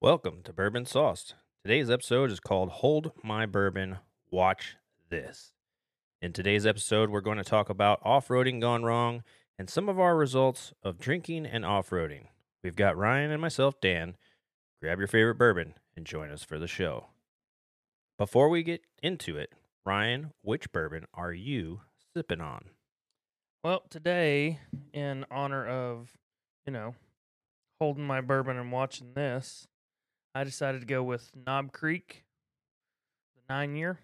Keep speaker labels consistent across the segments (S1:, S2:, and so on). S1: Welcome to Bourbon Sauced. Today's episode is called Hold My Bourbon, Watch This. In today's episode, we're going to talk about off roading gone wrong and some of our results of drinking and off roading. We've got Ryan and myself, Dan. Grab your favorite bourbon and join us for the show. Before we get into it, Ryan, which bourbon are you sipping on?
S2: Well, today, in honor of, you know, holding my bourbon and watching this, I decided to go with Knob Creek, the nine year.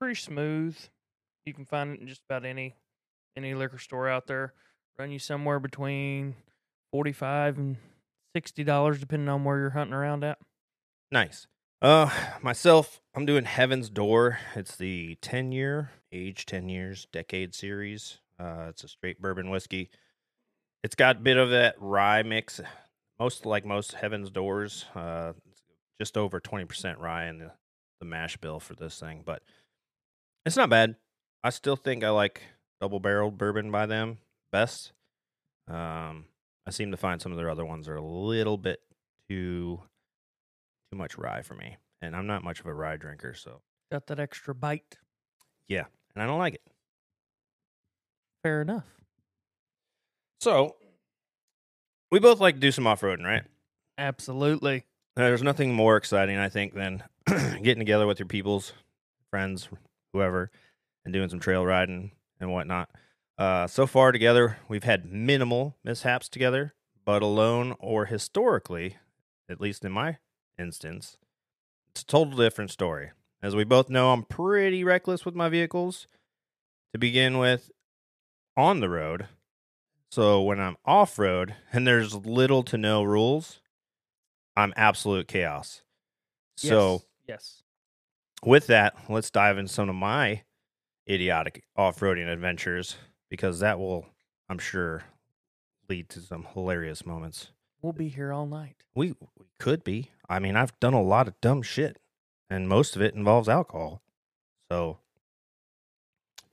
S2: Pretty smooth. You can find it in just about any any liquor store out there. Run you somewhere between forty five and sixty dollars, depending on where you're hunting around at.
S1: Nice. Uh, myself, I'm doing Heaven's Door. It's the 10 year, age 10 years, decade series. Uh, it's a straight bourbon whiskey. It's got a bit of that rye mix, most like most Heaven's Doors. Uh, it's just over 20% rye in the, the mash bill for this thing, but it's not bad. I still think I like double barreled bourbon by them best. Um, I seem to find some of their other ones are a little bit too too much rye for me, and I'm not much of a rye drinker, so
S2: Got that extra bite.
S1: and I don't like it.
S2: Fair enough.
S1: So we both like to do some off roading, right?
S2: Absolutely.
S1: Uh, There's nothing more exciting, I think, than getting together with your peoples, friends, whoever, and doing some trail riding and whatnot. Uh, so far together, we've had minimal mishaps together, but alone or historically, at least in my instance, it's a total different story. As we both know, I'm pretty reckless with my vehicles to begin with on the road. So when I'm off road and there's little to no rules, I'm absolute chaos. So
S2: yes.
S1: with that, let's dive into some of my idiotic off-roading adventures because that will, I'm sure, lead to some hilarious moments.
S2: We'll be here all night.
S1: We, we could be. I mean, I've done a lot of dumb shit, and most of it involves alcohol. So,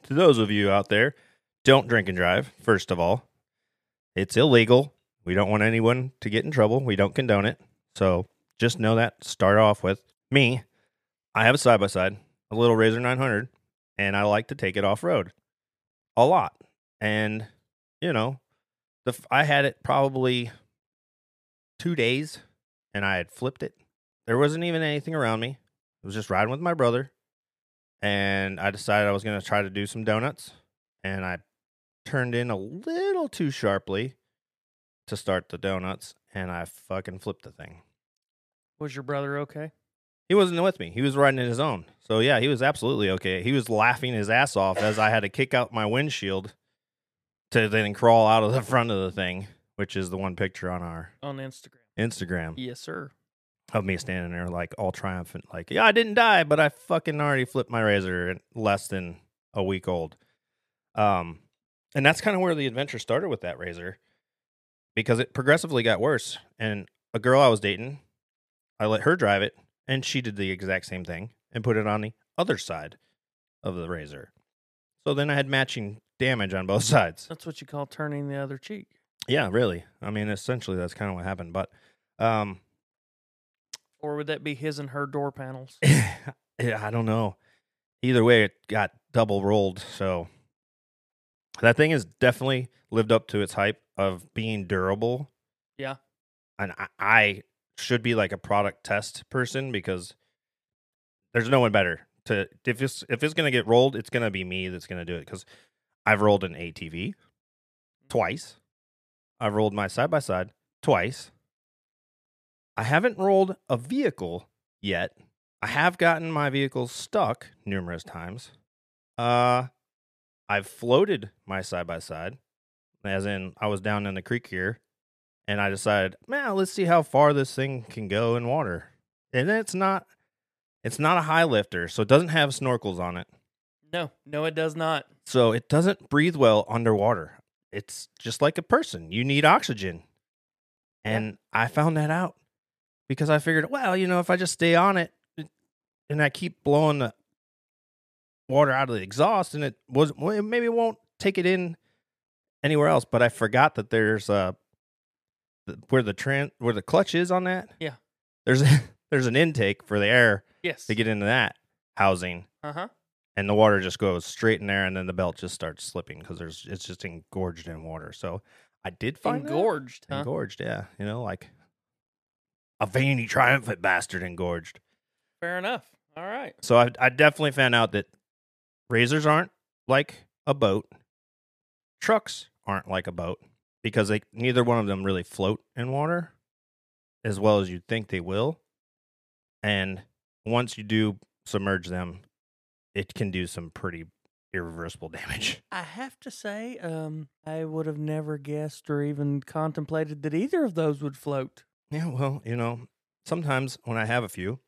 S1: to those of you out there, don't drink and drive, first of all. It's illegal. We don't want anyone to get in trouble. We don't condone it. So, just know that. to Start off with me. I have a side by side, a little Razor 900, and I like to take it off road a lot. And, you know, the, f- I had it probably two days and I had flipped it. There wasn't even anything around me. I was just riding with my brother. And I decided I was going to try to do some donuts. And I turned in a little too sharply to start the donuts. And I fucking flipped the thing.
S2: Was your brother okay?
S1: He wasn't with me. He was riding in his own. So yeah, he was absolutely okay. He was laughing his ass off as I had to kick out my windshield to then crawl out of the front of the thing, which is the one picture on our
S2: On Instagram.
S1: Instagram.
S2: Yes, sir.
S1: of me standing there like all triumphant, like, yeah, I didn't die, but I fucking already flipped my razor at less than a week old. Um, and that's kind of where the adventure started with that razor because it progressively got worse. And a girl I was dating, I let her drive it, and she did the exact same thing and put it on the other side of the razor. So then I had matching damage on both sides.
S2: That's what you call turning the other cheek.
S1: Yeah, really. I mean, essentially, that's kind of what happened. But, um,
S2: Or would that be his and her door panels?
S1: Yeah, I don't know. Either way, it got double rolled. So that thing has definitely lived up to its hype of being durable.
S2: Yeah.
S1: And I, I should be like a product test person because there's no one better to if it's if it's gonna get rolled, it's gonna be me that's gonna do it because I've rolled an ATV twice. I've rolled my side by side twice. I haven't rolled a vehicle yet. I have gotten my vehicle stuck numerous times. Uh, I've floated my side by side, as in I was down in the creek here, and I decided, man, let's see how far this thing can go in water. And it's not, it's not a high lifter, so it doesn't have snorkels on it,
S2: No, no, it does not.
S1: so it doesn't breathe well underwater. It's just like a person; you need oxygen. And I found that out because I figured, well, you know, if I just stay on it and I keep blowing the water out of the exhaust, and it was well, it maybe won't take it in anywhere else. But I forgot that there's a the, where the tran where the clutch is on that.
S2: Yeah.
S1: There's a, there's an intake for the air
S2: Yes.
S1: to get into that housing,
S2: Uh huh.
S1: and the water just goes straight in there, and then the belt just starts slipping because there's it's just engorged in water. So I did find that-
S2: Engorged, huh?
S1: engorged. Yeah, you know, like a veiny triumphant bastard engorged.
S2: Fair enough. All right.
S1: So I, I definitely found out that razors aren't like a boat. Trucks aren't like a boat because they neither one of them really float in water as well as you'd think they will. And once you do submerge them, it can do some pretty irreversible damage.
S2: I have to say, um, I would have never guessed or even contemplated that either of those would float.
S1: Yeah, well, you know, sometimes when I have a few,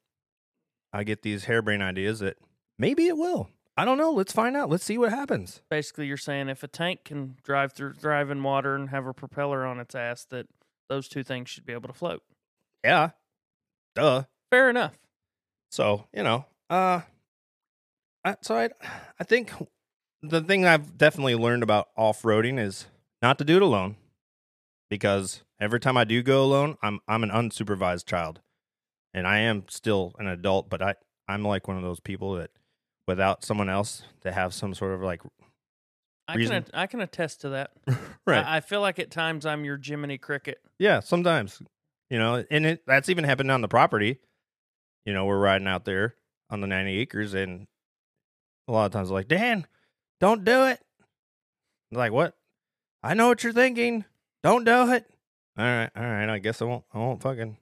S1: I get these harebrained ideas that maybe it will. I don't know. Let's find out. Let's see what happens.
S2: Basically, you're saying if a tank can drive through drive in water and have a propeller on its ass, that those two things should be able to float.
S1: Yeah. Duh.
S2: Fair enough.
S1: So you know, uh, I, so I, I think the thing I've definitely learned about off roading is not to do it alone, because every time I do go alone, I'm I'm an unsupervised child, and I am still an adult, but I I'm like one of those people that without someone else to have some sort of like
S2: I can
S1: Reason-
S2: att- I can attest to that. I, I feel like at times I'm your Jiminy Cricket.
S1: Yeah, sometimes. You know, and it that's even happened on the property. You know, we're riding out there on the 90 acres and a lot of times like, "Dan, don't do it." I'm like, "What? I know what you're thinking. Don't do it." All right, all right. I guess I won't I won't fucking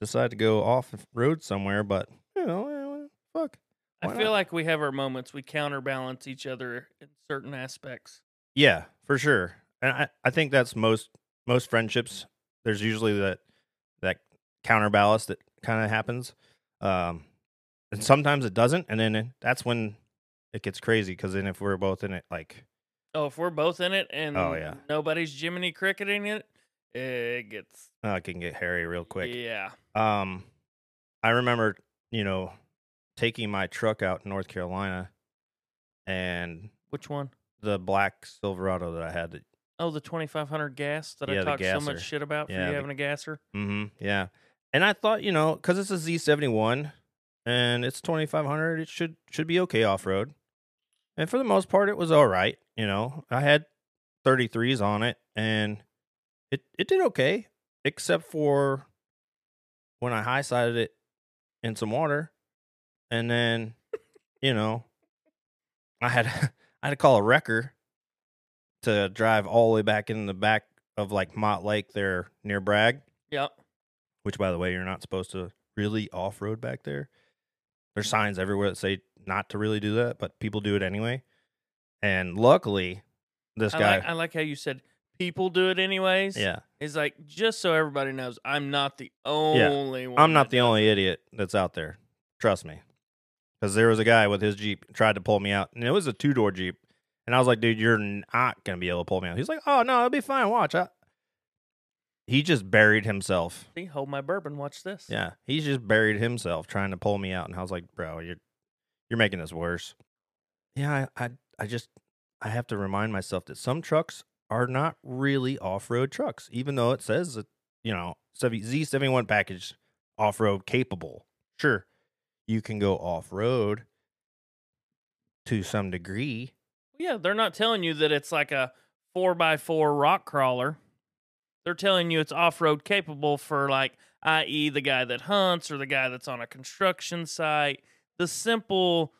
S1: decide to go off road somewhere, but you know, eh, well, fuck.
S2: I
S1: Why
S2: feel
S1: not?
S2: like we have our moments. We counterbalance each other in certain aspects.
S1: Yeah, for sure. And I, I think that's most most friendships. There's usually that that counterbalance that kind of happens, um, and sometimes it doesn't. And then it, that's when it gets crazy because then if we're both in it, like
S2: Oh, if we're both in it and
S1: Oh, yeah.
S2: nobody's Jiminy Cricketing it, it gets
S1: uh, it can get hairy real quick.
S2: Yeah.
S1: Um, I remember, you know, taking my truck out in North Carolina, and
S2: Which one?
S1: the black Silverado that I had that
S2: Oh, the 2500 gas that
S1: Yeah,
S2: I
S1: the
S2: talked so much
S1: gasser.
S2: shit about for
S1: Yeah,
S2: you
S1: the-
S2: having a gasser.
S1: hmm Yeah. And I thought, you know, because it's a Z71 and it's 2500, it should should be okay off road. And for the most part, it was all right. You know, I had 33s on it, and it it did okay, except for when I high sided it in some water, and then, you know, I had I had to call a wrecker to drive all the way back in the back of like Mott Lake there near Bragg
S2: Yep.
S1: which by the way you're not supposed to really off-road back there there's signs everywhere that say not to really do that but people do it anyway and luckily this
S2: I
S1: guy
S2: like, I like how you said people do it anyways.
S1: yeah
S2: It's like just so everybody knows, I'm not the only one.
S1: i'm not
S2: that
S1: the only idiot that's out there trust me because there was a guy with his jeep tried to pull me out and it was a two-door jeep and i was like dude you're not gonna be able to pull me out he's like oh no it'll be fine watch I... he just buried himself
S2: See, hold my bourbon. Watch this.
S1: Yeah, he's just buried himself trying to pull me out, and I was like, "Bro, you're you're making this worse." Yeah, I I, I just I have to remind myself that some trucks are not really off road trucks, even though it says that you know Z seventy one package off road capable. Sure, you can go off road to some degree.
S2: Yeah, they're not telling you that it's like a four by four rock crawler. They're telling you it's off road capable for like, i.e., the guy that hunts or the guy that's on a construction site. The simple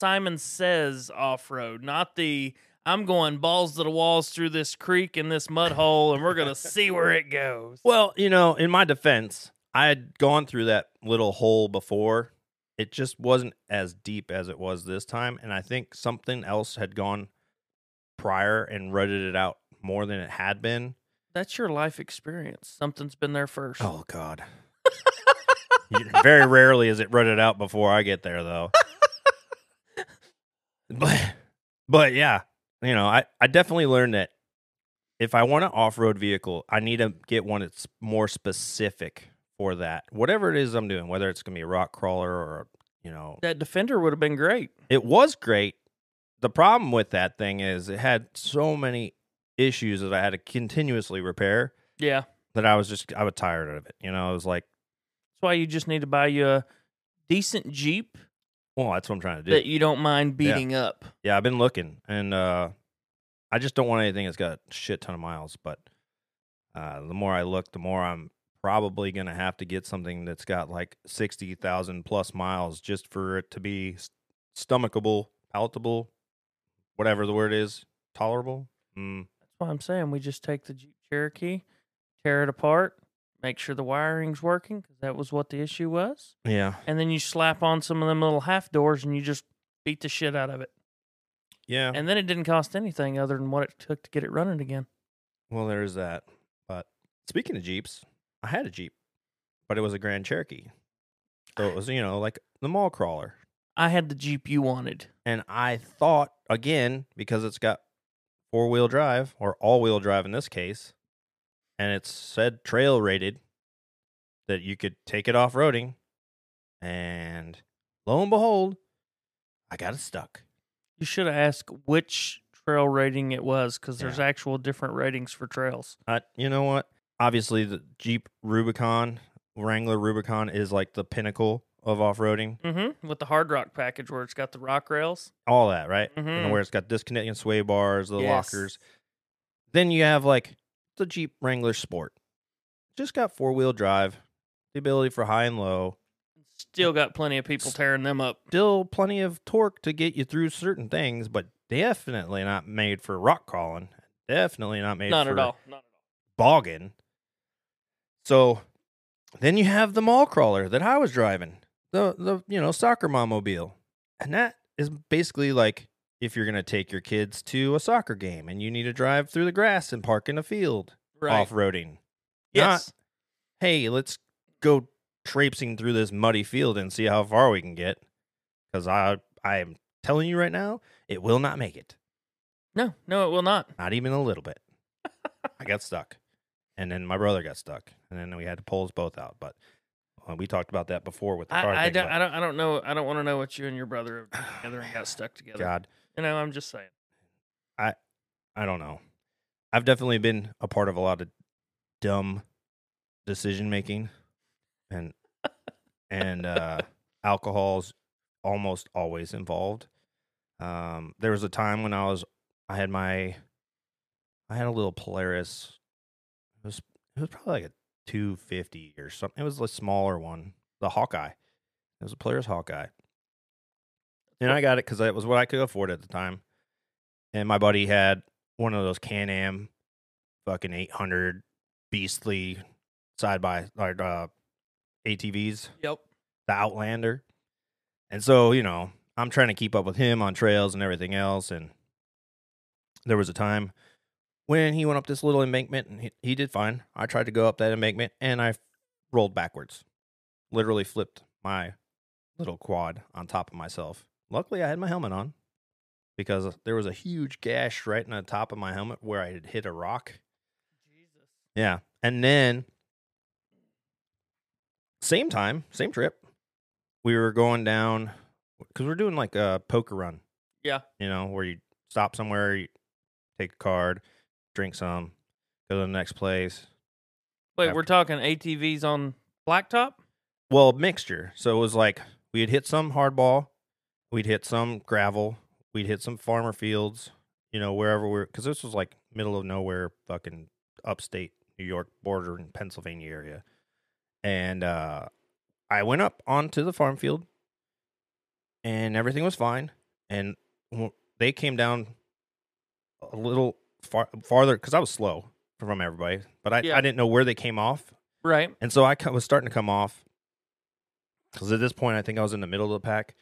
S2: Simon Says off road, not the I'm going balls to the walls through this creek and this mud hole, and we're gonna see where it goes.
S1: Well, you know, in my defense, I had gone through that little hole before. It just wasn't as deep as it was this time, and I think something else had gone prior and rutted it out more than it had been.
S2: That's your life experience. Something's been there first.
S1: Oh God! Very rarely is it rutted out before I get there, though. but, but yeah, you know, I I definitely learned that if I want an off-road vehicle, I need to get one that's more specific for that. Whatever it is I'm doing, whether it's gonna be a rock crawler or you know,
S2: That defender would have been great.
S1: it was great. The problem with that thing is it had so many issues that I had to continuously repair
S2: Yeah.
S1: that I was just I was tired of it. You know, I was like,
S2: That's why you just need to buy you a decent Jeep
S1: well, that's what I'm trying to do.
S2: that you don't mind
S1: Yeah.
S2: beating up.
S1: Yeah, I've been looking, and uh, I just don't want anything that's got a shit ton of miles. But uh, the more I look, the more I'm probably gonna have to get something that's got like sixty thousand plus miles just for it to be s- stomachable, palatable, whatever the word is, tolerable. Mm,
S2: That's why I'm saying we just take the Jeep Cherokee, tear it apart, make sure the wiring's working because that was what the issue was,
S1: yeah,
S2: and then you slap on some of them little half doors and you just beat the shit out of it.
S1: yeah.
S2: And then it didn't cost anything other than what it took to get it running again.
S1: Well, there is that. But speaking of Jeeps, I had a Jeep, but it was a Grand Cherokee. So
S2: Ah.
S1: it was, you know, like the mall crawler.
S2: I had the Jeep you wanted.
S1: And I thought, again, because it's got four wheel drive or all wheel drive in this case, and it's said trail rated, that you could take it off roading. And lo and behold, I got it stuck.
S2: You should have asked which trail rating it was because there's
S1: Yeah.
S2: actual different ratings for trails.
S1: I, you know what? Obviously, the Jeep Rubicon, Wrangler Rubicon is like the pinnacle of off roading.
S2: Mm-hmm. With the hard rock package where it's got the rock rails.
S1: all that, right?
S2: Mhm.
S1: And where it's got disconnecting sway bars, the
S2: Yes.
S1: lockers. Then you have like the Jeep Wrangler Sport. Just got four wheel drive, the ability for high and low,
S2: Still got plenty of people tearing them up.
S1: still plenty of torque to get you through certain things, but definitely not made for rock crawling. Definitely not made
S2: Not
S1: for
S2: at all. Not at all.
S1: bogging. So then you have the mall crawler that I was driving, the the you know soccer mom mobile, and that is basically like if you're gonna take your kids to a soccer game and you need to drive through the grass and park in a field
S2: Right.
S1: off roading.
S2: yes.
S1: Hey, let's go traipsing through this muddy field and see how far we can get. Because I I am telling you right now, it will not make it.
S2: No, no, it will not.
S1: Not even a little bit. I got stuck. And then my brother got stuck. And then we had to pull us both out. But uh, we talked about that before with the car.
S2: I, I
S1: thing,
S2: don't,
S1: but-
S2: I don't. I don't know. I don't want to know what you and your brother have done together and got stuck together.
S1: God,
S2: You know, I'm just saying.
S1: I don't know. I've definitely been a part of a lot of dumb decision making. And and uh alcohol's almost always involved. Um there was a time when I was I had my I had a little Polaris. It was it was probably like a 250 or something. It was a smaller one, the Hawkeye. It was a Polaris Hawkeye. And I got it because it was what I could afford at the time. And my buddy had one of those Can Am fucking 800 beastly side by or, uh, ATVs
S2: Yep.
S1: the Outlander. And so, you know, I'm trying to keep up with him on trails and everything else. And there was a time when he went up this little embankment and he, he did fine. I tried to go up that embankment and I rolled backwards, literally flipped my little quad on top of myself. Luckily, I had my helmet on because there was a huge gash right in the top of my helmet where I had hit a rock.
S2: Jesus.
S1: Yeah. And then same time, same trip, we were going down because we're doing like a poker run.
S2: Yeah.
S1: You know, where you stop somewhere, you take a card, drink some, go to the next place.
S2: Wait,
S1: After-
S2: we're talking ATVs on blacktop.
S1: Well, mixture. So it was like we'd hit some hardball, we'd hit some gravel, we'd hit some farmer fields, you know, wherever we're, because this was like middle of nowhere, fucking upstate New York border in Pennsylvania area. And uh, I went up onto the farm field and everything was fine. And w- they came down a little far, farther because I was slow from everybody, but I,
S2: Yeah.
S1: I didn't know where they came off.
S2: Right.
S1: And so I co- was starting to come off because at this point, I think I was in the middle of the pack.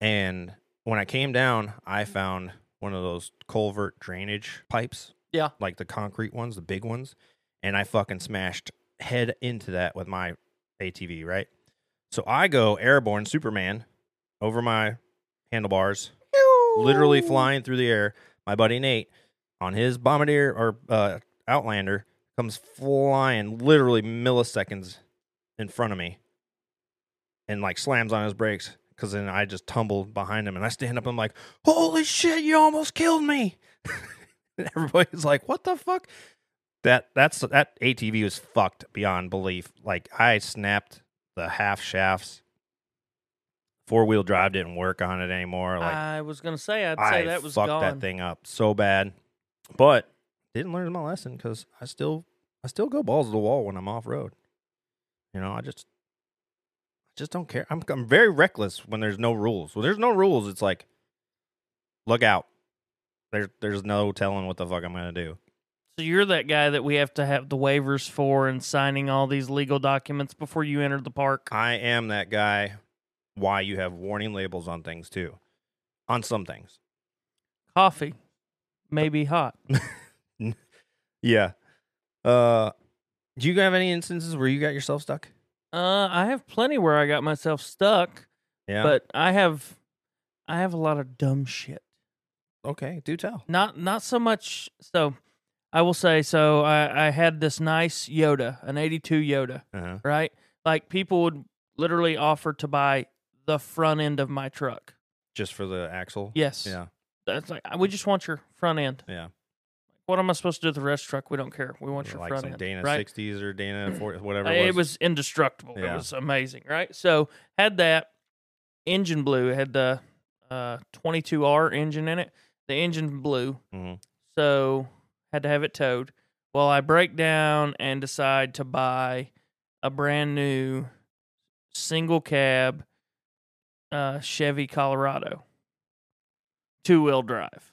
S1: And when I came down, I found one of those culvert drainage pipes.
S2: Yeah.
S1: Like the concrete ones, the big ones. And I fucking smashed head into that with my ATV, right? So I go airborne Superman over my handlebars, literally flying through the air. My buddy Nate on his bombardier or uh, Outlander comes flying literally milliseconds in front of me and like slams on his brakes because then I just tumbled behind him and I stand up and I'm like, holy shit, you almost killed me. and everybody's like, what the fuck? That that's that ATV was fucked beyond belief. Like I snapped the half shafts. Four wheel drive didn't work on it anymore. Like
S2: I was gonna say, I'd
S1: I
S2: say that was
S1: fucked
S2: gone.
S1: that thing up so bad, but didn't learn my lesson because I still I still go balls to the wall when I'm off road. You know, I just I just don't care. I'm I'm very reckless when there's no rules. When there's no rules, it's like look out. There's there's no telling what the fuck I'm gonna do.
S2: So you're that guy that we have to have the waivers for and signing all these legal documents before you enter the park.
S1: I am that guy. Why you have warning labels on things too, on some things.
S2: Coffee may be hot.
S1: Yeah. Uh, do you have any instances where you got yourself stuck?
S2: Uh, I have plenty where I got myself stuck,
S1: Yeah.
S2: but I have, I have a lot of dumb shit.
S1: Okay, do tell.
S2: Not not so much. So I will say. So I I had this nice Yoda, an '82 Yoda,
S1: Uh-huh.
S2: right? Like people would literally offer to buy the front end of my truck.
S1: Just for the axle.
S2: Yes.
S1: Yeah.
S2: That's like we just want your front end.
S1: Yeah.
S2: What am I supposed to do with the rest truck? We don't care. We want your
S1: like
S2: front
S1: some
S2: end.
S1: Dana
S2: right?
S1: 60s or Dana 40, whatever
S2: Uh,
S1: it was.
S2: indestructible.
S1: Yeah.
S2: It was amazing, right? So had that engine blew. It had the uh, 22R engine in it. The engine blew,
S1: Mhm.
S2: so had to have it towed. Well, I break down and decide to buy a brand new single cab uh, Chevy Colorado two wheel drive.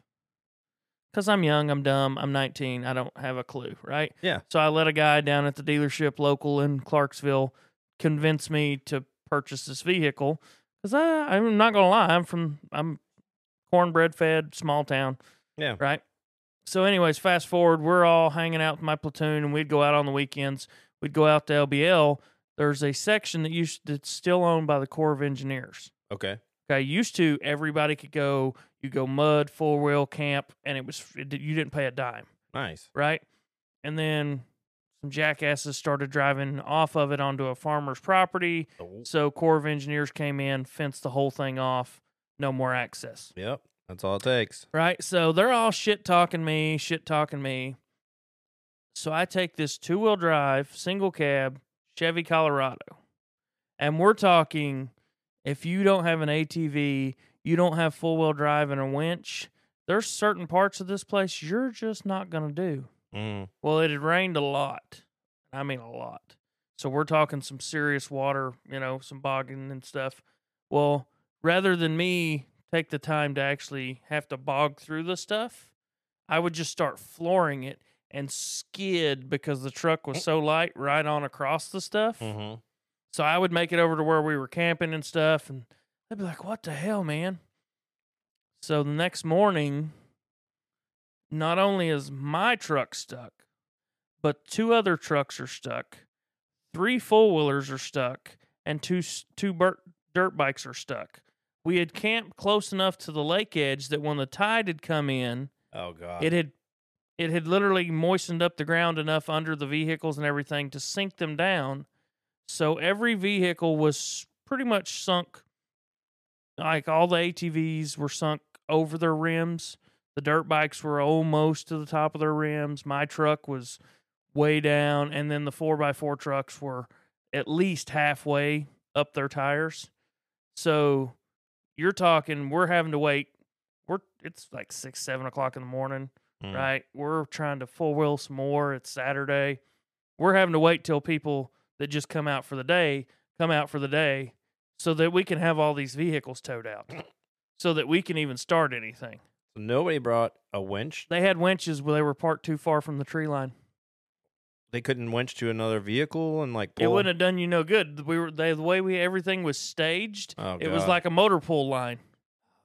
S2: Cause I'm young, I'm dumb, I'm 19, I don't have a clue, right?
S1: Yeah.
S2: So I let a guy down at the dealership local in Clarksville convince me to purchase this vehicle. Cause I, I'm not gonna lie, I'm from I'm cornbread fed small town.
S1: Yeah.
S2: Right. So, anyways, fast forward, we're all hanging out with my platoon, and we'd go out on the weekends. We'd go out to LBL. There's a section that used that's still owned by the Corps of Engineers.
S1: Okay.
S2: Okay, used to everybody could go. You go mud, four wheel camp, and it was it, you didn't pay a dime,
S1: Nice.
S2: right? And then some jackasses started driving off of it onto a farmer's property.
S1: Oh,
S2: So Corps of Engineers came in, fenced the whole thing off. No more access,
S1: Yep. That's all it takes.
S2: right? So they're all shit talking me, shit talking me. So I take this two wheel drive, single cab Chevy Colorado, and we're talking if you don't have an ATV, you don't have four wheel drive and a winch, there's certain parts of this place you're just not going to do.
S1: Mm.
S2: Well, it had rained a lot. I mean, a lot. So we're talking some serious water, you know, some bogging and stuff. Well, rather than me take the time to actually have to bog through the stuff, I would just start flooring it and skid because the truck was so light right on across the stuff.
S1: hmm
S2: So I would make it over to where we were camping and stuff, and they'd be like, "What the hell, man?" So the next morning, not only is my truck stuck, but two other trucks are stuck, three four wheelers are stuck, and two s- two bur- dirt bikes are stuck. We had camped close enough to the lake edge that when the tide had come in,
S1: Oh, God.
S2: it had it had literally moistened up the ground enough under the vehicles and everything to sink them down so every vehicle was pretty much sunk like all the atvs were sunk over their rims the dirt bikes were almost to the top of their rims my truck was way down and then the 4x4 trucks were at least halfway up their tires so you're talking we're having to wait we're it's like six seven o'clock in the morning
S1: Mm.
S2: right? We're trying to full wheel some more. It's Saturday. We're having to wait till people that just come out for the day come out for the day so that we can have all these vehicles towed out, so that we can even start anything.
S1: So nobody brought a winch.
S2: They had winches where they were parked too far from the tree line.
S1: They couldn't winch to another vehicle and like pull.
S2: It wouldn't have done you no good. We were they, the way we everything was staged.
S1: Oh,
S2: it was
S1: God.
S2: like a motor pool line.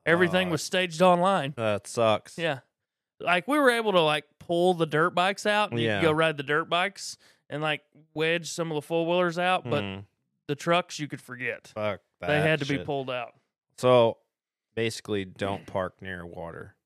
S2: Everything
S1: Oh.
S2: was staged online.
S1: That sucks.
S2: Yeah. Like we were able to like pull the dirt bikes out and you
S1: Yeah.
S2: could go ride the dirt bikes and like wedge some of the four wheelers out, but
S1: Mm.
S2: the trucks you could forget.
S1: fuck that.
S2: they had to be
S1: shit.
S2: pulled out.
S1: So basically, don't park near water.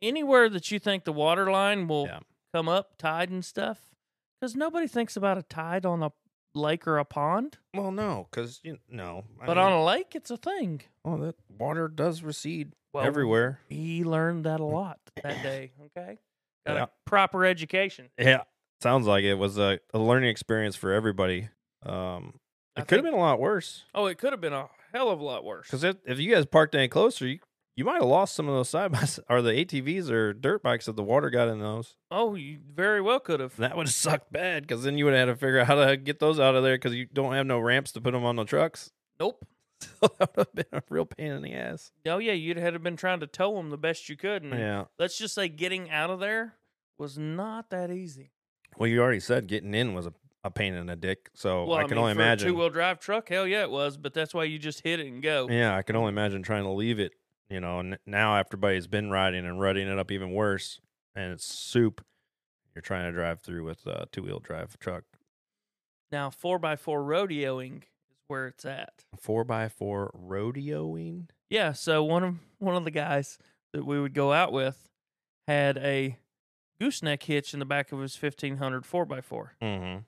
S2: Anywhere that you think the water line will
S1: Yeah.
S2: come up, tide and stuff, because nobody thinks about a tide on a lake or a pond,
S1: Well, no, because you no. I
S2: but
S1: mean,
S2: on a lake, it's a thing.
S1: oh, that water does recede
S2: Well,
S1: everywhere.
S2: He learned that a lot that day. Okay. Got
S1: Mm. Yeah.
S2: a proper education.
S1: Yeah. Sounds like it was a, a learning experience for everybody. Um,
S2: I
S1: it could have
S2: think-
S1: been a lot worse
S2: Oh, it could have been a hell of a lot worse.
S1: because if, if you guys parked any closer, you you might have lost some of those side by side or the ATVs or dirt bikes that the water got in those.
S2: oh, you very well could have.
S1: That would have sucked bad because then you would have had to figure out how to get those out of there because you don't have no ramps to put them on the trucks.
S2: Nope.
S1: So that would have been a real pain in the ass.
S2: Oh yeah, you'd have been trying to tow them the best you could, and
S1: Yeah.
S2: let's just say getting out of there was not that easy.
S1: Well, you already said getting in was a, a pain in the dick, so
S2: well,
S1: Oh, I can only
S2: Two
S1: imagine.
S2: wheel drive truck, hell yeah, it was. But that's why you just hit it and go.
S1: Yeah, I can only imagine trying to leave it, you know. And now everybody's been riding and rutting it up even worse, and it's soup. You're trying to drive through with a two wheel drive truck,
S2: Now four by four rodeoing is where it's at.
S1: four by four rodeoing.
S2: Yeah, so one of one of the guys that we would go out with had a gooseneck hitch in the back of his 1500 4x4.
S1: Mm-hmm.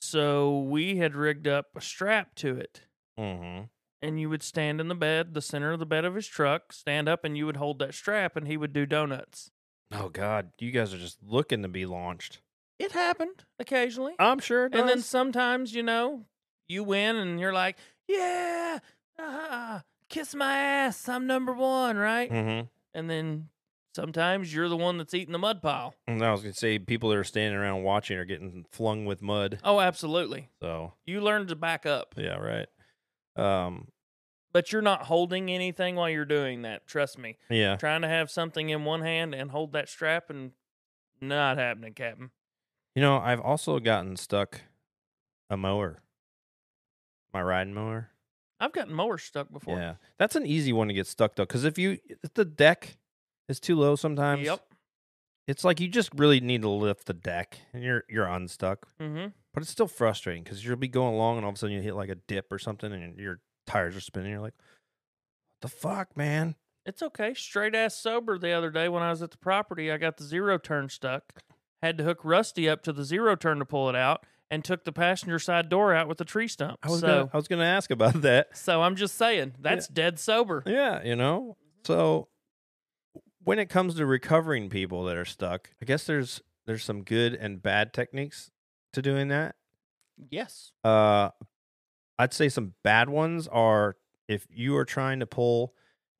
S2: So we had rigged up a strap to it.
S1: Mm-hmm.
S2: And you would stand in the bed, the center of the bed of his truck, stand up, and you would hold that strap, and he would do donuts.
S1: Oh God, you guys are just looking to be launched.
S2: It happened occasionally.
S1: I'm sure. Oh, It
S2: and then
S1: does.
S2: sometimes, you know, you win and you're like, yeah, ah, kiss my ass. I'm number one, right?
S1: Mhm.
S2: And then sometimes you're the one that's eating the mud pile.
S1: And I was gonna say people that are standing around watching are getting flung with mud.
S2: Oh, absolutely.
S1: So
S2: You learn to back up,
S1: yeah, right. Um.
S2: but you're not holding anything while you're doing that. Trust me.
S1: Yeah.
S2: Trying to have something in one hand and hold that strap and not happening, Captain.
S1: You know, I've also gotten stuck a mower. My riding mower.
S2: I've gotten mowers stuck before.
S1: Yeah. That's an easy one to get stuck though, because if you if the deck is too low sometimes.
S2: Yep.
S1: It's like you just really need to lift the deck, and you're you're unstuck.
S2: Mm-hmm.
S1: But it's still frustrating because you'll be going along, and all of a sudden you hit like a dip or something, and your tires are spinning. You're like, "What the fuck, man!"
S2: It's okay. Straight ass sober the other day when I was at the property, I got the zero turn stuck. Had to hook Rusty up to the zero turn to pull it out and took the passenger side door out with a tree stump.
S1: I was
S2: so
S1: gonna, I was gonna ask about that.
S2: so I'm just saying, that's dead sober.
S1: Yeah, you know. So when it comes to recovering people that are stuck, I guess there's there's some good and bad techniques to doing that.
S2: Yes.
S1: Uh I'd say some bad ones are if you are trying to pull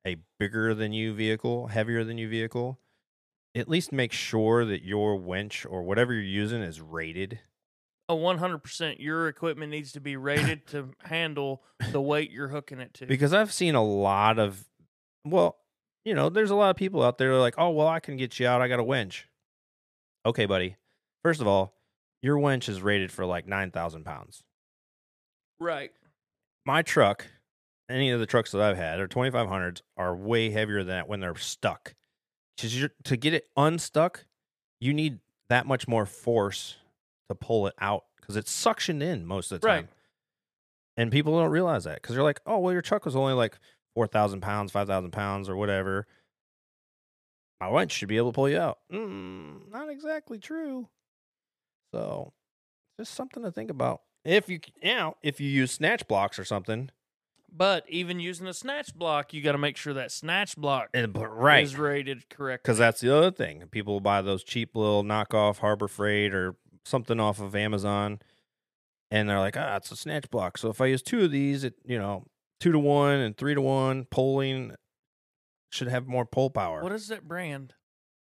S1: a bigger than you vehicle, heavier than you vehicle, at least make sure that your winch or whatever you're using is rated.
S2: Oh, 100%. Your equipment needs to be rated to handle the weight you're hooking it to.
S1: Because I've seen a lot of well, you know, there's a lot of people out there that are like, "Oh, well, I can get you out. I got a winch." Okay, buddy. First of all, your winch is rated for like 9,000 pounds.
S2: right.
S1: my truck, any of the trucks that I've had, or 2500s, are way heavier than that when they're stuck. 'Cause you're- to get it unstuck, you need that much more force to pull it out because it's suctioned in most of the time.
S2: Right.
S1: And people don't realize that because they're like, oh, well, your truck was only like 4,000 pounds, 5,000 pounds, or whatever. My winch should be able to pull you out. Mm, not exactly true. So just something to think about. If you c- you know, if you use snatch blocks or something,
S2: But even using a snatch block, you got to make sure that snatch block
S1: and, but right,
S2: is rated correctly.
S1: because that's the other thing. People buy those cheap little knockoff Harbor Freight or something off of Amazon, and they're like, ah, it's a snatch block. So if I use two of these, it you know, two to one and three to one polling should have more pull power.
S2: What is that brand?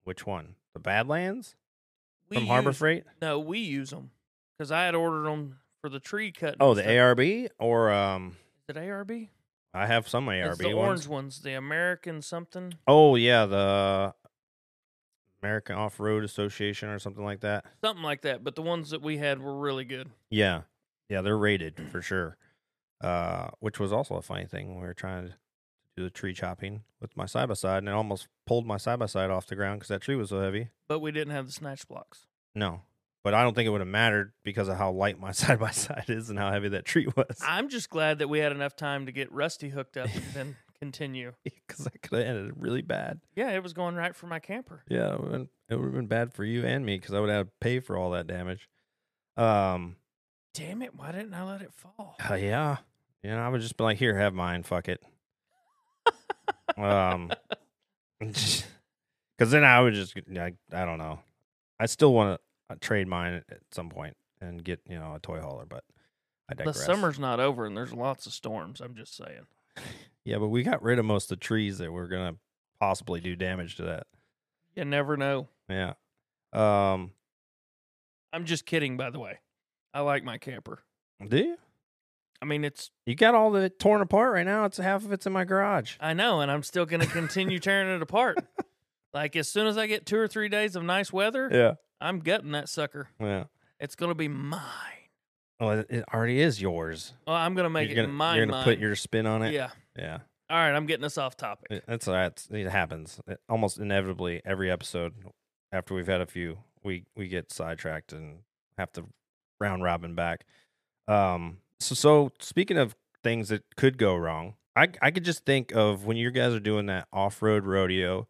S1: Which one? The Badlands
S2: We
S1: from Harbor
S2: use-
S1: Freight?
S2: No, we use them because I had ordered them for the tree cutting.
S1: Oh, the
S2: stuff.
S1: ARB or um,
S2: Is it ARB?
S1: I have some ARB
S2: It's the
S1: ones.
S2: orange ones, the American something.
S1: Oh yeah, the American Off Road Association or something like that.
S2: Something like that. But the ones that we had were really good.
S1: Yeah, yeah, they're rated for sure. Uh, which was also a funny thing when we were trying to do the tree chopping with my side by side, and it almost pulled my side by side off the ground because that tree was so heavy.
S2: But we didn't have the snatch blocks.
S1: No, but I don't think it would have mattered because of how light my side by side is and how heavy that tree was.
S2: I'm just glad that we had enough time to get Rusty hooked up and then continue.
S1: Because that could have ended really bad.
S2: Yeah, it was going right for my camper.
S1: Yeah, it would have been, it would've been bad for you and me because I would have to pay for all that damage. Um,
S2: Damn it, why didn't I let it fall?
S1: Uh, yeah. You know, I would just be like, here, have mine. Fuck it. um, because then I would just, I, I don't know. I still want to. I'd trade mine at some point and get you know a toy hauler, but I
S2: The
S1: digress.
S2: summer's not over and there's lots of storms. I'm just saying.
S1: yeah, but we got rid of most of the trees that were gonna possibly do damage to that.
S2: You never know.
S1: Yeah. Um.
S2: I'm just kidding, by the way. I like my camper.
S1: Do you?
S2: I mean, it's,
S1: You got all of it torn apart right now. It's half of it's in my garage.
S2: I know, and I'm still going to continue tearing it apart. Like, as soon as I get two or three days of nice weather,
S1: Yeah.
S2: I'm gutting that sucker.
S1: Yeah.
S2: It's going to be mine.
S1: Well, it- it already is yours.
S2: Well, I'm going to make
S1: you're
S2: it
S1: gonna,
S2: mine.
S1: You're gonna
S2: mine.
S1: put your spin on it.
S2: Yeah.
S1: Yeah.
S2: All right, I'm getting us off topic.
S1: It- That's all right. It's- It happens It- almost inevitably every episode. After we've had a few, we we get sidetracked and have to round robin back. Um. So so speaking of things that could go wrong, I I could just think of when you guys are doing that off road rodeo,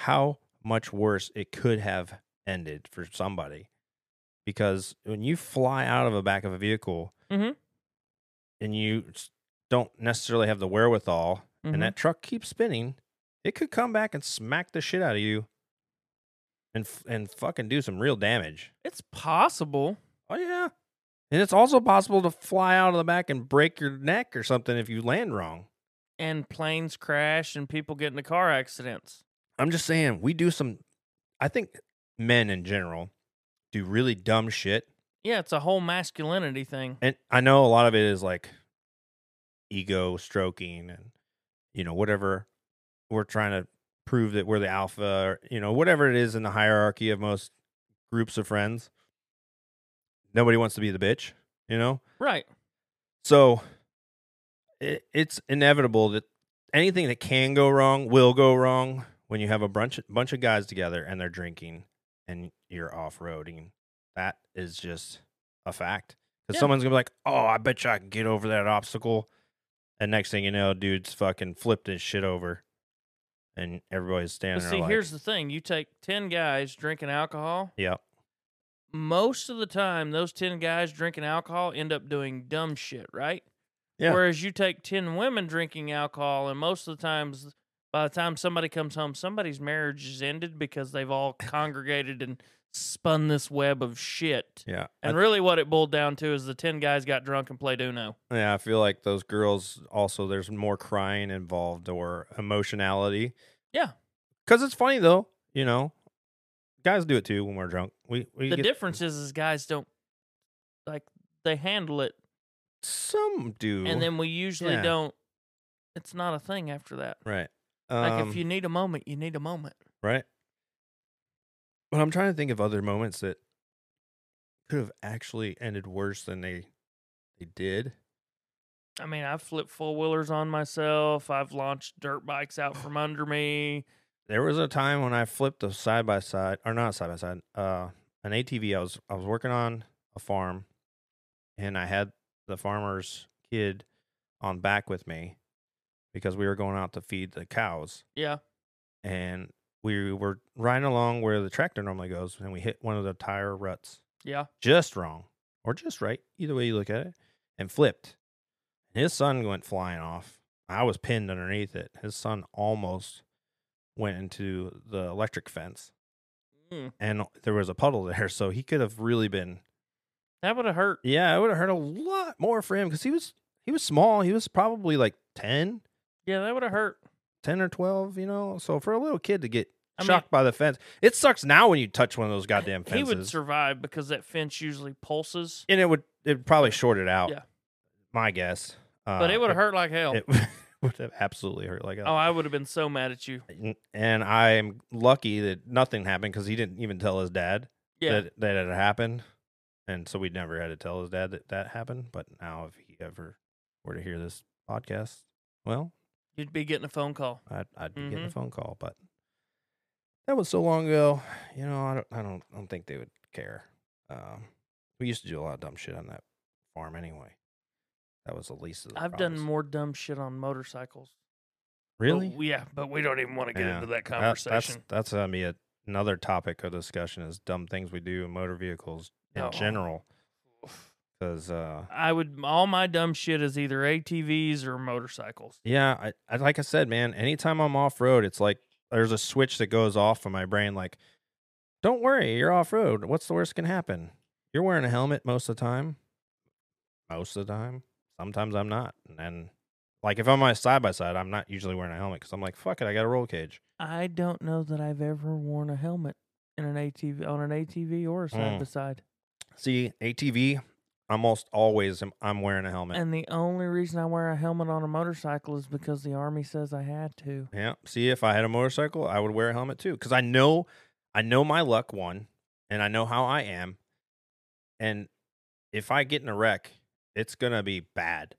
S1: how much worse it could have ended for somebody, because when you fly out of the back of a vehicle,
S2: Mhm.
S1: and you s- don't necessarily have the wherewithal
S2: Mhm.
S1: and that truck keeps spinning, it could come back and smack the shit out of you and f- and fucking do some real damage.
S2: It's possible.
S1: Oh yeah. And it's also possible to fly out of the back and break your neck or something if you land wrong.
S2: And planes crash and people get into car accidents.
S1: I'm just saying, we do some I think men in general do really dumb shit.
S2: Yeah, it's a whole masculinity thing.
S1: And I know a lot of it is like ego stroking and you know whatever we're trying to prove that we're the alpha or, you know whatever it is in the hierarchy of most groups of friends nobody wants to be the bitch you know
S2: Right.
S1: so it, it's inevitable that anything that can go wrong will go wrong when you have a bunch bunch of guys together and they're drinking and you're off roading. That is just a fact. Because
S2: Yeah.
S1: someone's gonna be like, "Oh, I bet you I can get over that obstacle," and next thing you know, dude's fucking flipped his shit over, and everybody's
S2: But
S1: standing. there
S2: see,
S1: like,
S2: here's the thing you take 10 guys drinking alcohol.
S1: yeah,
S2: most of the time those 10 guys drinking alcohol end up doing dumb shit right
S1: Yeah.
S2: whereas you take 10 women drinking alcohol and most of the times by the time somebody comes home somebody's marriage is ended because they've all congregated and spun this web of shit
S1: yeah, I-
S2: and really what it boiled down to is the 10 guys got drunk and played uno
S1: yeah. I feel like those girls also. There's more crying involved or emotionality.
S2: yeah
S1: Because it's funny though, you know, guys do it too when we're drunk. We we
S2: the
S1: get-
S2: difference is is guys don't like they handle it
S1: Some do,
S2: and then we usually
S1: Yeah.
S2: don't it's not a thing after that
S1: right,
S2: like
S1: Um,
S2: if you need a moment you need a moment
S1: right. But I'm trying to think of other moments that could have actually ended worse than they they did.
S2: I mean, I've flipped four wheelers on myself. I've launched dirt bikes out from under me.
S1: There was a time when I flipped a side by side, or not side by side, uh, an ATV. I was I was working on a farm, and I had the farmer's kid on back with me because we were going out to feed the cows.
S2: Yeah.
S1: and we were riding along where the tractor normally goes, and we hit one of the tire ruts
S2: Yeah.
S1: just wrong or just right, either way you look at it, and flipped. And his son went flying off. I was pinned underneath it. His son almost went into the electric fence,
S2: Mm.
S1: and there was a puddle there, so he could have really been.
S2: That would have hurt.
S1: Yeah, it would have hurt a lot more for him because he was he was small. He was probably like 10,
S2: Yeah, that would have hurt.
S1: 10 or 12, you know. So for a little kid to get
S2: I mean-
S1: shocked by the fence, it sucks now when you touch one of those goddamn
S2: He
S1: fences.
S2: would survive because that fence usually pulses,
S1: and it would it would probably short it out.
S2: Yeah.
S1: My guess. Uh,
S2: but it would have hurt like hell.
S1: It would have absolutely hurt like
S2: oh,
S1: hell.
S2: I would have been so mad at you.
S1: And I'm lucky that nothing happened because he didn't even tell his dad
S2: Yeah.
S1: that, that it happened. And so we never had to tell his dad that that happened. But now, if he ever were to hear this podcast, well,
S2: You'd be getting a phone call.
S1: I'd, I'd be getting a
S2: Mhm.
S1: phone call, but that was so long ago. You know, I don't, I don't, I don't think they would care. Um, we used to do a lot of dumb shit on that farm anyway. That was the least of the.
S2: I've done
S1: problems.
S2: more dumb shit on motorcycles. But
S1: Really?
S2: w- yeah, but we don't even want to get
S1: Yeah.
S2: into that
S1: That- that's-
S2: conversation.
S1: that's gonna be a, another topic of discussion is dumb things we do in motor vehicles in
S2: No.
S1: general. Because uh,
S2: I would, all my dumb shit is either ATVs or motorcycles.
S1: Yeah, I, I like I said, man, anytime I'm off road, it's like there's a switch that goes off in my brain like Don't worry, you're off road. What's the worst can happen? You're wearing a helmet most of the time. Most of the time. Sometimes I'm not. And then, like, if I'm on a side by side, I'm not usually wearing a helmet because I'm like, fuck it, I got a roll cage.
S2: I don't know that I've ever worn a helmet in an ATV on an ATV or a side
S1: Mm.
S2: by side.
S1: See, ATV, I'm almost always am, I'm wearing a helmet.
S2: And the only reason I wear a helmet on a motorcycle is because the army says I had to.
S1: Yeah. See, if I had a motorcycle, I would wear a helmet too, because I know, I know my luck one, and I know how I am, and if I get in a wreck, it's gonna be bad.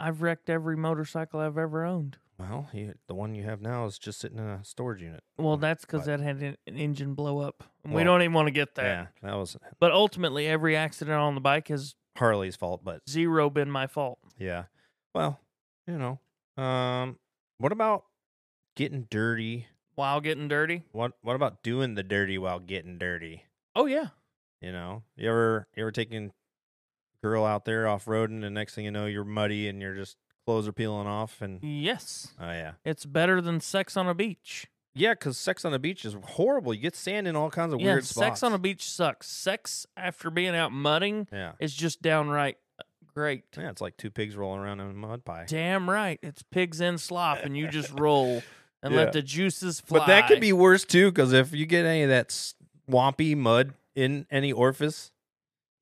S2: I've wrecked every motorcycle I've ever owned.
S1: Well, you, the one you have now is just sitting in a storage unit.
S2: Well,
S1: Mm,
S2: that's because
S1: but-
S2: that had an an engine blow up. And we
S1: Well,
S2: don't even want to get there.
S1: Yeah, that was
S2: But ultimately, every accident on the bike has
S1: Harley's fault, but
S2: zero been my fault.
S1: yeah. Well, you know, um, what about getting dirty?
S2: While getting dirty?
S1: What What about doing the dirty while getting dirty?
S2: Oh, yeah.
S1: You know, you ever you ever taking girl out there off roading, and next thing you know, you're muddy and your just clothes are peeling off,
S2: Mm.
S1: and
S2: Yes.
S1: oh yeah,
S2: It's better than sex on a beach.
S1: yeah, because sex on the beach is horrible. You get sand in all kinds of
S2: yeah,
S1: weird spots.
S2: sex on a beach sucks. Sex after being out mudding
S1: yeah,
S2: is just downright uh, great.
S1: yeah, it's like two pigs rolling around in a mud pie.
S2: Damn right. It's pigs in slop, and you just roll and
S1: Yeah.
S2: let the juices fly.
S1: But that could be worse too, because if you get any of that swampy mud in any orifice,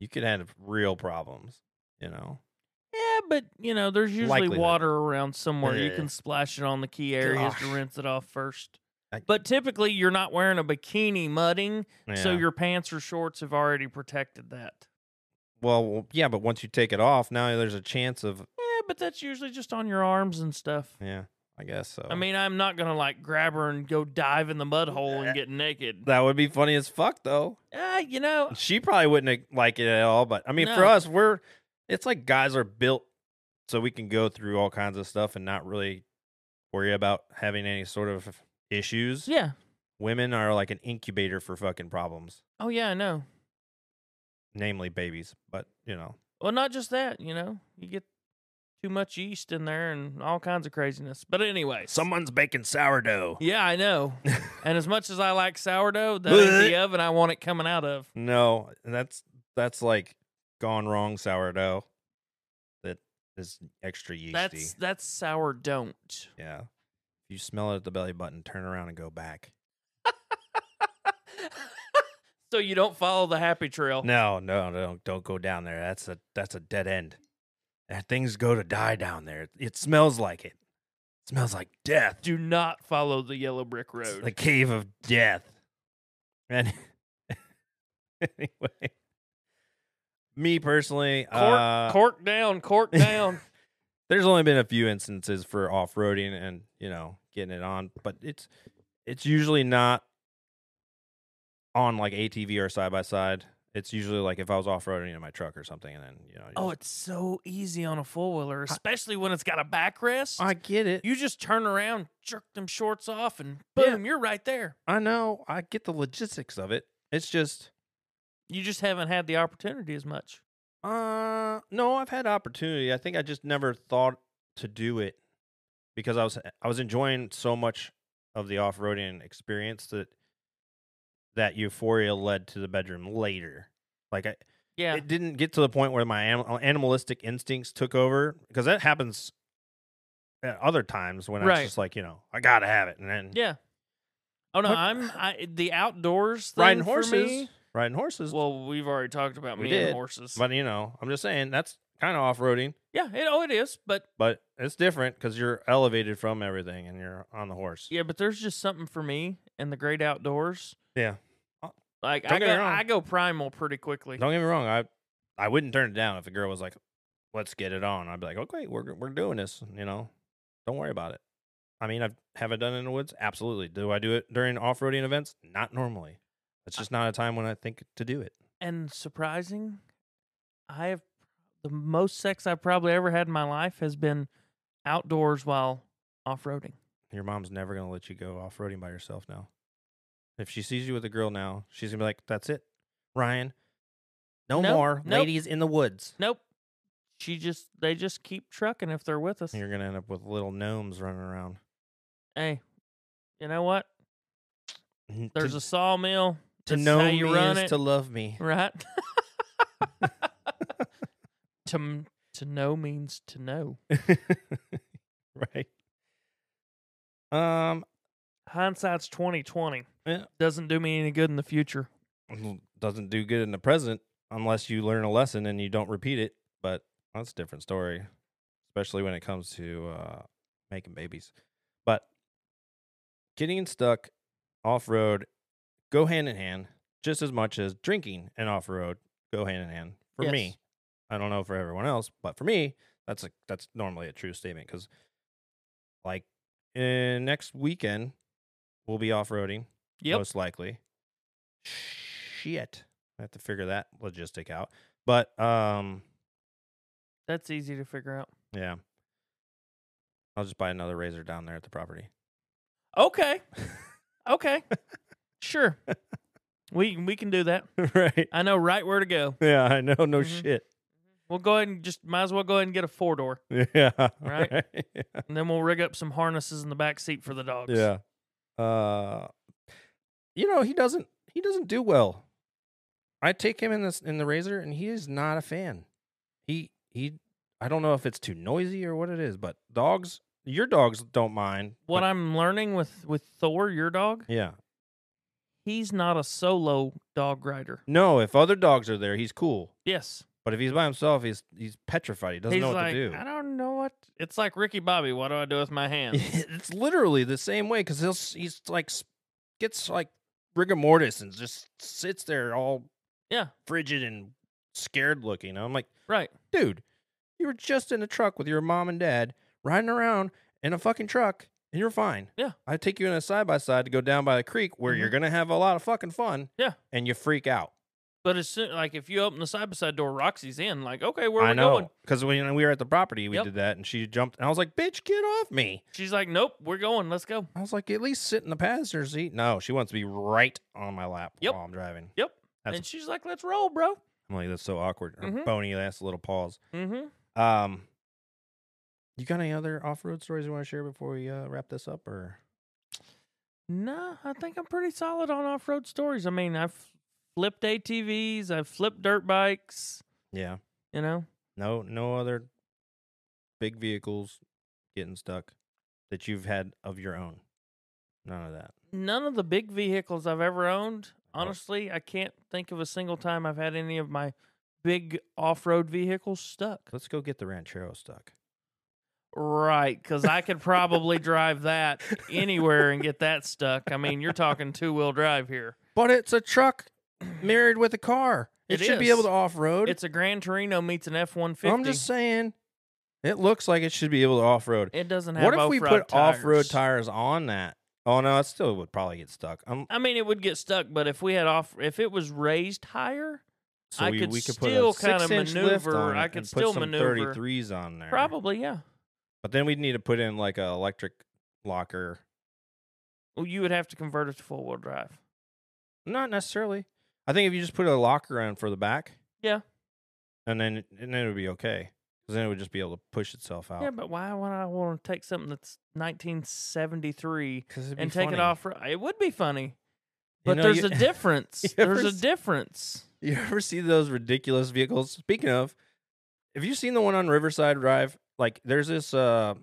S1: you could have real problems. You know,
S2: Yeah, but you know, there's usually
S1: Likelihood.
S2: water around somewhere. You
S1: Yeah.
S2: can splash it on the key areas to
S1: Gosh.
S2: rinse it off first.
S1: I-
S2: But typically, you're not wearing a bikini mudding, so
S1: Yeah.
S2: your pants or shorts have already protected that.
S1: well, well, yeah, but once you take it off, now there's a chance of
S2: Yeah, but that's usually just on your arms and stuff.
S1: yeah. I guess so.
S2: I mean, I'm not gonna like grab her and go dive in the mud hole and get naked.
S1: That would be funny as fuck, though.
S2: Ah, you know,
S1: She probably wouldn't like it at all. But I mean, for
S2: No.
S1: us, we're it's like guys are built so we can go through all kinds of stuff and not really worry about having any sort of issues.
S2: yeah.
S1: Women are like an incubator for fucking problems,
S2: Oh yeah, I know.
S1: namely babies. But you know,
S2: Well, not just that. You know, you get too much yeast in there and all kinds of craziness. But anyway,
S1: someone's baking sourdough.
S2: Yeah, I know. and as much as I like sourdough, that ain't the oven I want it coming out of.
S1: No, that's that's like gone wrong sourdough. That is extra yeasty.
S2: That's that's sour don't.
S1: yeah. If you smell it at the belly button, turn around and go back.
S2: so you don't follow the happy trail.
S1: No, no, no, don't go down there. That's a that's a dead end. And things go to die down there. It smells like it. smells like death.
S2: Do not follow the yellow brick
S1: It's
S2: road.
S1: the cave of death. And anyway, me personally,
S2: cork,
S1: uh,
S2: cork down, cork down.
S1: there's only been a few instances for off roading and you know getting it on, but it's it's usually not on like ATV or side by side. It's usually like if I was off roading in my truck or something, and then you know. you
S2: oh,
S1: just-
S2: it's so easy on a four wheeler, especially when it's got a backrest.
S1: I get it.
S2: you just turn around, jerk them shorts off, and boom, you're right there.
S1: I know. I get the logistics of it. It's just,
S2: You just haven't had the opportunity as much.
S1: uh, no. I've had opportunity. I think I just never thought to do it because I was eh, I was enjoying so much of the off roading experience that that euphoria led to the bedroom later. Like I,
S2: Yeah.
S1: it didn't get to the point where my anim- animalistic instincts took over because that happens at other times when I
S2: Right.
S1: was just like, you know, I gotta have it, and then
S2: Yeah. Oh no,
S1: But-
S2: I'm I, the outdoors thing
S1: riding
S2: for
S1: horses,
S2: me-
S1: riding horses.
S2: well, we've already talked about
S1: We
S2: me and
S1: did,
S2: horses.
S1: But you know, I'm just saying that's kind of off roading,
S2: yeah, it, oh, it is. But
S1: but it's different because you're elevated from everything and you're on the horse.
S2: yeah, but there's just something for me in the great outdoors. Uh,
S1: Yeah.
S2: Like
S1: Don't
S2: I
S1: get me
S2: go,
S1: wrong.
S2: I go primal pretty quickly.
S1: Don't get me wrong, I I wouldn't turn it down if a girl was like, "Let's get it on." I'd be like, "Okay, we're we're doing this," you know. Don't worry about it. I mean, I've have I done it in the woods? Absolutely. Do I do it during off roading events? Not normally. It's just not a time when I think to do it.
S2: And surprising, I have the most sex I probably ever had in my life has been outdoors while off roading.
S1: Your mom's never gonna let you go off roading by yourself now. If she sees you with a girl now, she's gonna be like, "That's it, Ryan. No
S2: Nope,
S1: more
S2: nope.
S1: ladies in the woods."
S2: Nope. She just they just keep trucking if they're with us.
S1: You're gonna end up with little gnomes running around.
S2: Hey, you know what?
S1: N-
S2: Mm-hmm. There's
S1: to-
S2: a sawmill.
S1: To
S2: This is
S1: know
S2: how you
S1: me
S2: run
S1: is
S2: it.
S1: to love me.
S2: right? to m- to know means to know.
S1: right. Um,
S2: Hindsight's twenty twenty.
S1: Yeah.
S2: Doesn't do me any good in the future.
S1: doesn't do good in the present unless you learn a lesson and you don't repeat it. But that's a different story, especially when it comes to uh, making babies. But getting stuck off road go hand in hand just as much as drinking and off road go hand in hand for
S2: Yes.
S1: me. I don't know for everyone else, but for me, that's a that's normally a true statement because, like, uh, next weekend we'll be off roading
S2: Yep.
S1: most likely. Shit. I have to figure that logistic out. But um
S2: That's easy to figure out.
S1: yeah. I'll just buy another razor down there at the property.
S2: Okay. Okay. sure. We we can do that.
S1: right.
S2: I know right where to go.
S1: Yeah, I know no
S2: Mhm.
S1: shit.
S2: We'll go ahead and just might as well go ahead and get a four door,
S1: Yeah.
S2: Right. and then we'll rig up some harnesses in the back seat for the dogs.
S1: Yeah. Uh you know, he doesn't he doesn't do well. I take him in this in the razor and he is not a fan. He he I don't know if it's too noisy or what it is, but dogs your dogs don't mind.
S2: What I'm learning with with Thor, your dog,
S1: Yeah.
S2: he's not a solo dog rider.
S1: No, if other dogs are there, he's cool.
S2: Yes.
S1: But if he's by himself, he's he's petrified. He doesn't
S2: he's
S1: know what
S2: like,
S1: to do.
S2: I don't know what it's like Ricky Bobby, what do I do with my hands?
S1: it's literally the same way because he'll s- he's like s- gets like rigor mortis and just sits there all
S2: Yeah.
S1: frigid and scared looking. I'm like,
S2: right.
S1: dude, you were just in a truck with your mom and dad riding around in a fucking truck and you're fine.
S2: Yeah. Mm-hmm.
S1: I take you in a side by side to go down by the creek where you're gonna have a lot of fucking fun.
S2: Yeah.
S1: and you freak out.
S2: But as soon like if you open the side by side door, Roxy's in, like, okay, where are
S1: I
S2: we
S1: know
S2: going?
S1: because when we were at the property, we
S2: Yep.
S1: did that, and she jumped, and I was like, "Bitch, get off me!"
S2: She's like, Nope, we're going, let's go.
S1: I was like, "At least sit in the passenger seat." No, she wants to be right on my lap
S2: Yep.
S1: while I'm driving.
S2: Yep.
S1: That's-
S2: and she's like, Let's roll, bro.
S1: I'm like, "That's so awkward." Her
S2: Mhm.
S1: bony ass little paws.
S2: Mm-hmm.
S1: Um, you got any other off-road stories you want to share before we uh, wrap this up, or
S2: No, I think I'm pretty solid on off road stories. I mean, I've flipped ATVs, I've flipped dirt bikes,
S1: yeah,
S2: you know.
S1: no, no other big vehicles getting stuck that you've had of your own. None of that.
S2: None of the big vehicles I've ever owned, honestly, I can't think of a single time I've had any of my big off road vehicles stuck.
S1: Let's go get the Ranchero stuck.
S2: Right, because I could probably drive that anywhere and get that stuck. I mean, you're talking two wheel drive here.
S1: But it's a truck married with a car. It,
S2: It
S1: should be
S2: is.
S1: able to off road.
S2: It's a Gran Torino meets an F one
S1: I'm
S2: fifty.
S1: just saying, it looks like it should be able to off road.
S2: It doesn't have.
S1: What if we
S2: off-road
S1: put off road tires
S2: tires.
S1: on that? Oh no, it still would probably get stuck. Um,
S2: I mean, it would get stuck, but if we had off, if it was raised higher,
S1: so
S2: I
S1: we,
S2: could
S1: we could
S2: still
S1: put a
S2: kinda
S1: six inch lift
S2: maneuver.
S1: on it
S2: I
S1: and
S2: could
S1: put
S2: still
S1: some
S2: maneuver.
S1: 33s on there.
S2: probably yeah.
S1: but then we'd need to put in like a electric locker.
S2: Well, you would have to convert it to four wheel drive.
S1: Not necessarily. I think if you just put a locker on for the back,
S2: Yeah.
S1: and then and then it would be okay because then it would just be able to push itself out.
S2: Yeah, but why would I want to take something that's 1973
S1: because
S2: and take it off? ro- It would be funny, but
S1: know,
S2: there's
S1: you-
S2: a difference.
S1: you ever
S2: there's a
S1: s-
S2: difference.
S1: You ever see those ridiculous vehicles? Speaking of, have you seen the one on Riverside Drive? Like, there's this uh,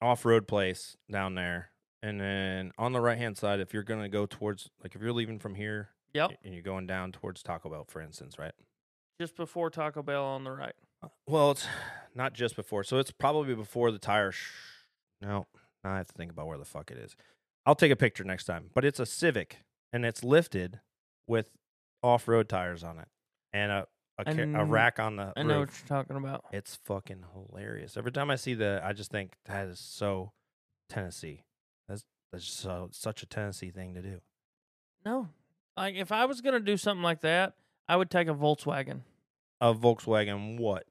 S1: off-road place down there, and then on the right-hand side, if you're gonna go towards, like, if you're leaving from here
S2: Yep.
S1: and you're going down towards Taco Bell, for instance, right?
S2: just before Taco Bell on the right.
S1: Well, it's not just before, so it's probably before the tire. Sh- no, now I have to think about where the fuck it is. I'll take a picture next time, but it's a Civic, and it's lifted with off-road tires on it, and a a, ca-
S2: I
S1: a rack on the
S2: I know
S1: roof.
S2: what you're talking about.
S1: It's fucking hilarious. Every time I see that, I just think that is so Tennessee. That's that's just so, such a Tennessee thing to do.
S2: No, like if I was gonna do something like that, I would take a Volkswagen
S1: A Volkswagen, what?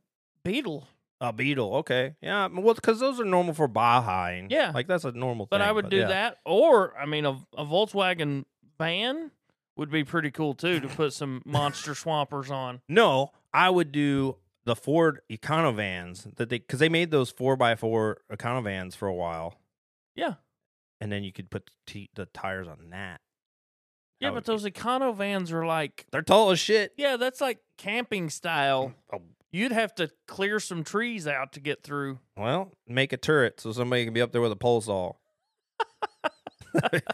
S2: Beetle,
S1: A Beetle. Okay, yeah. Well, because those are normal for Baja. and,
S2: Yeah.
S1: like that's a normal.
S2: but
S1: thing,
S2: I would do
S1: yeah.
S2: that. Or I mean, a, a Volkswagen van would be pretty cool too to put some monster swampers on.
S1: No, I would do the Ford Econovans that they because they made those four x four Econovans for a while,
S2: Yeah,
S1: and then you could put t- the tires on that.
S2: Yeah,
S1: I
S2: but
S1: would-
S2: those Econo vans are like,
S1: they're tall as shit.
S2: yeah, that's like camping style.
S1: Oh,
S2: You'd have to clear some trees out to get through.
S1: Well, make a turret so somebody can be up there with a pole saw.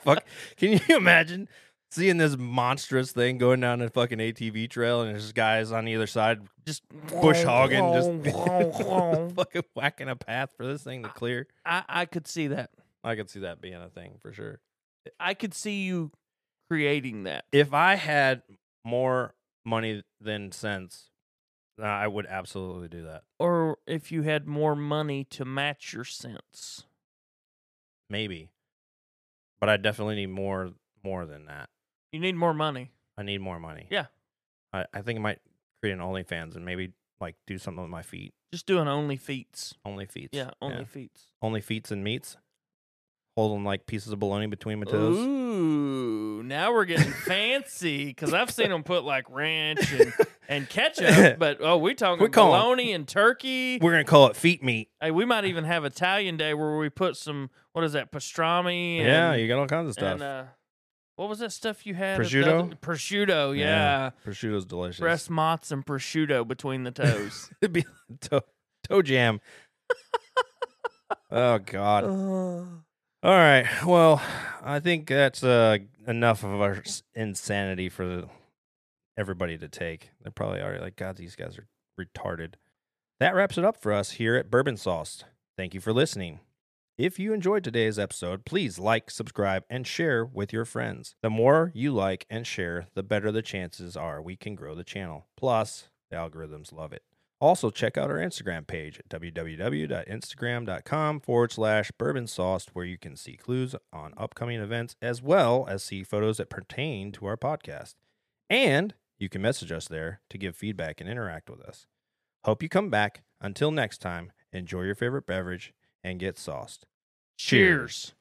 S1: Fuck, can you imagine seeing this monstrous thing going down a fucking ATV trail and there's just guys on either side
S2: Just
S1: bush hogging, just fucking whacking a path for this thing to clear?
S2: I, I could see that.
S1: I could see that being a thing for sure.
S2: I could see you creating that.
S1: If I had more money than sense, uh, I would absolutely do that.
S2: Or if you had more money to match your sense.
S1: Maybe, but I definitely need more more than that.
S2: You need more money.
S1: I need more money.
S2: Yeah.
S1: I, I think I might create an OnlyFans and maybe like do something with my feet.
S2: Just doing only feats.
S1: Only feet.
S2: Yeah, only feats.
S1: Only feet and meats. Hold them like pieces of bologna between my toes.
S2: Ooh, now we're getting fancy because I've seen them put like ranch and, and ketchup, but oh, we talking
S1: We're calling-
S2: bologna and turkey.
S1: We're gonna call it feet meat.
S2: Hey, we might even have Italian day where we put some what is that pastrami? And,
S1: yeah, you got all kinds of stuff.
S2: and uh, what was that stuff you had? at the
S1: Prosciutto?
S2: other- prosciutto, yeah.
S1: Yeah, Prosciutto's delicious.
S2: uh, Breast mozz and prosciutto between the toes.
S1: It'd be toe, toe jam. oh God. All right. Well, I think that's uh, enough of our s- insanity for the, everybody to take. They're probably already like, God, these guys are retarded. That wraps it up for us here at Bourbon Sauce. Thank you for listening. If you enjoyed today's episode, please like, subscribe, and share with your friends. The more you like and share, the better the chances are we can grow the channel. Plus, the algorithms love it. Also, check out our Instagram page at www.instagram.com forward slash bourbon sauce, where you can see clues on upcoming events as well as see photos that pertain to our podcast. And you can message us there to give feedback and interact with us. Hope you come back. Until next time, enjoy your favorite beverage and get sauced.
S2: Cheers.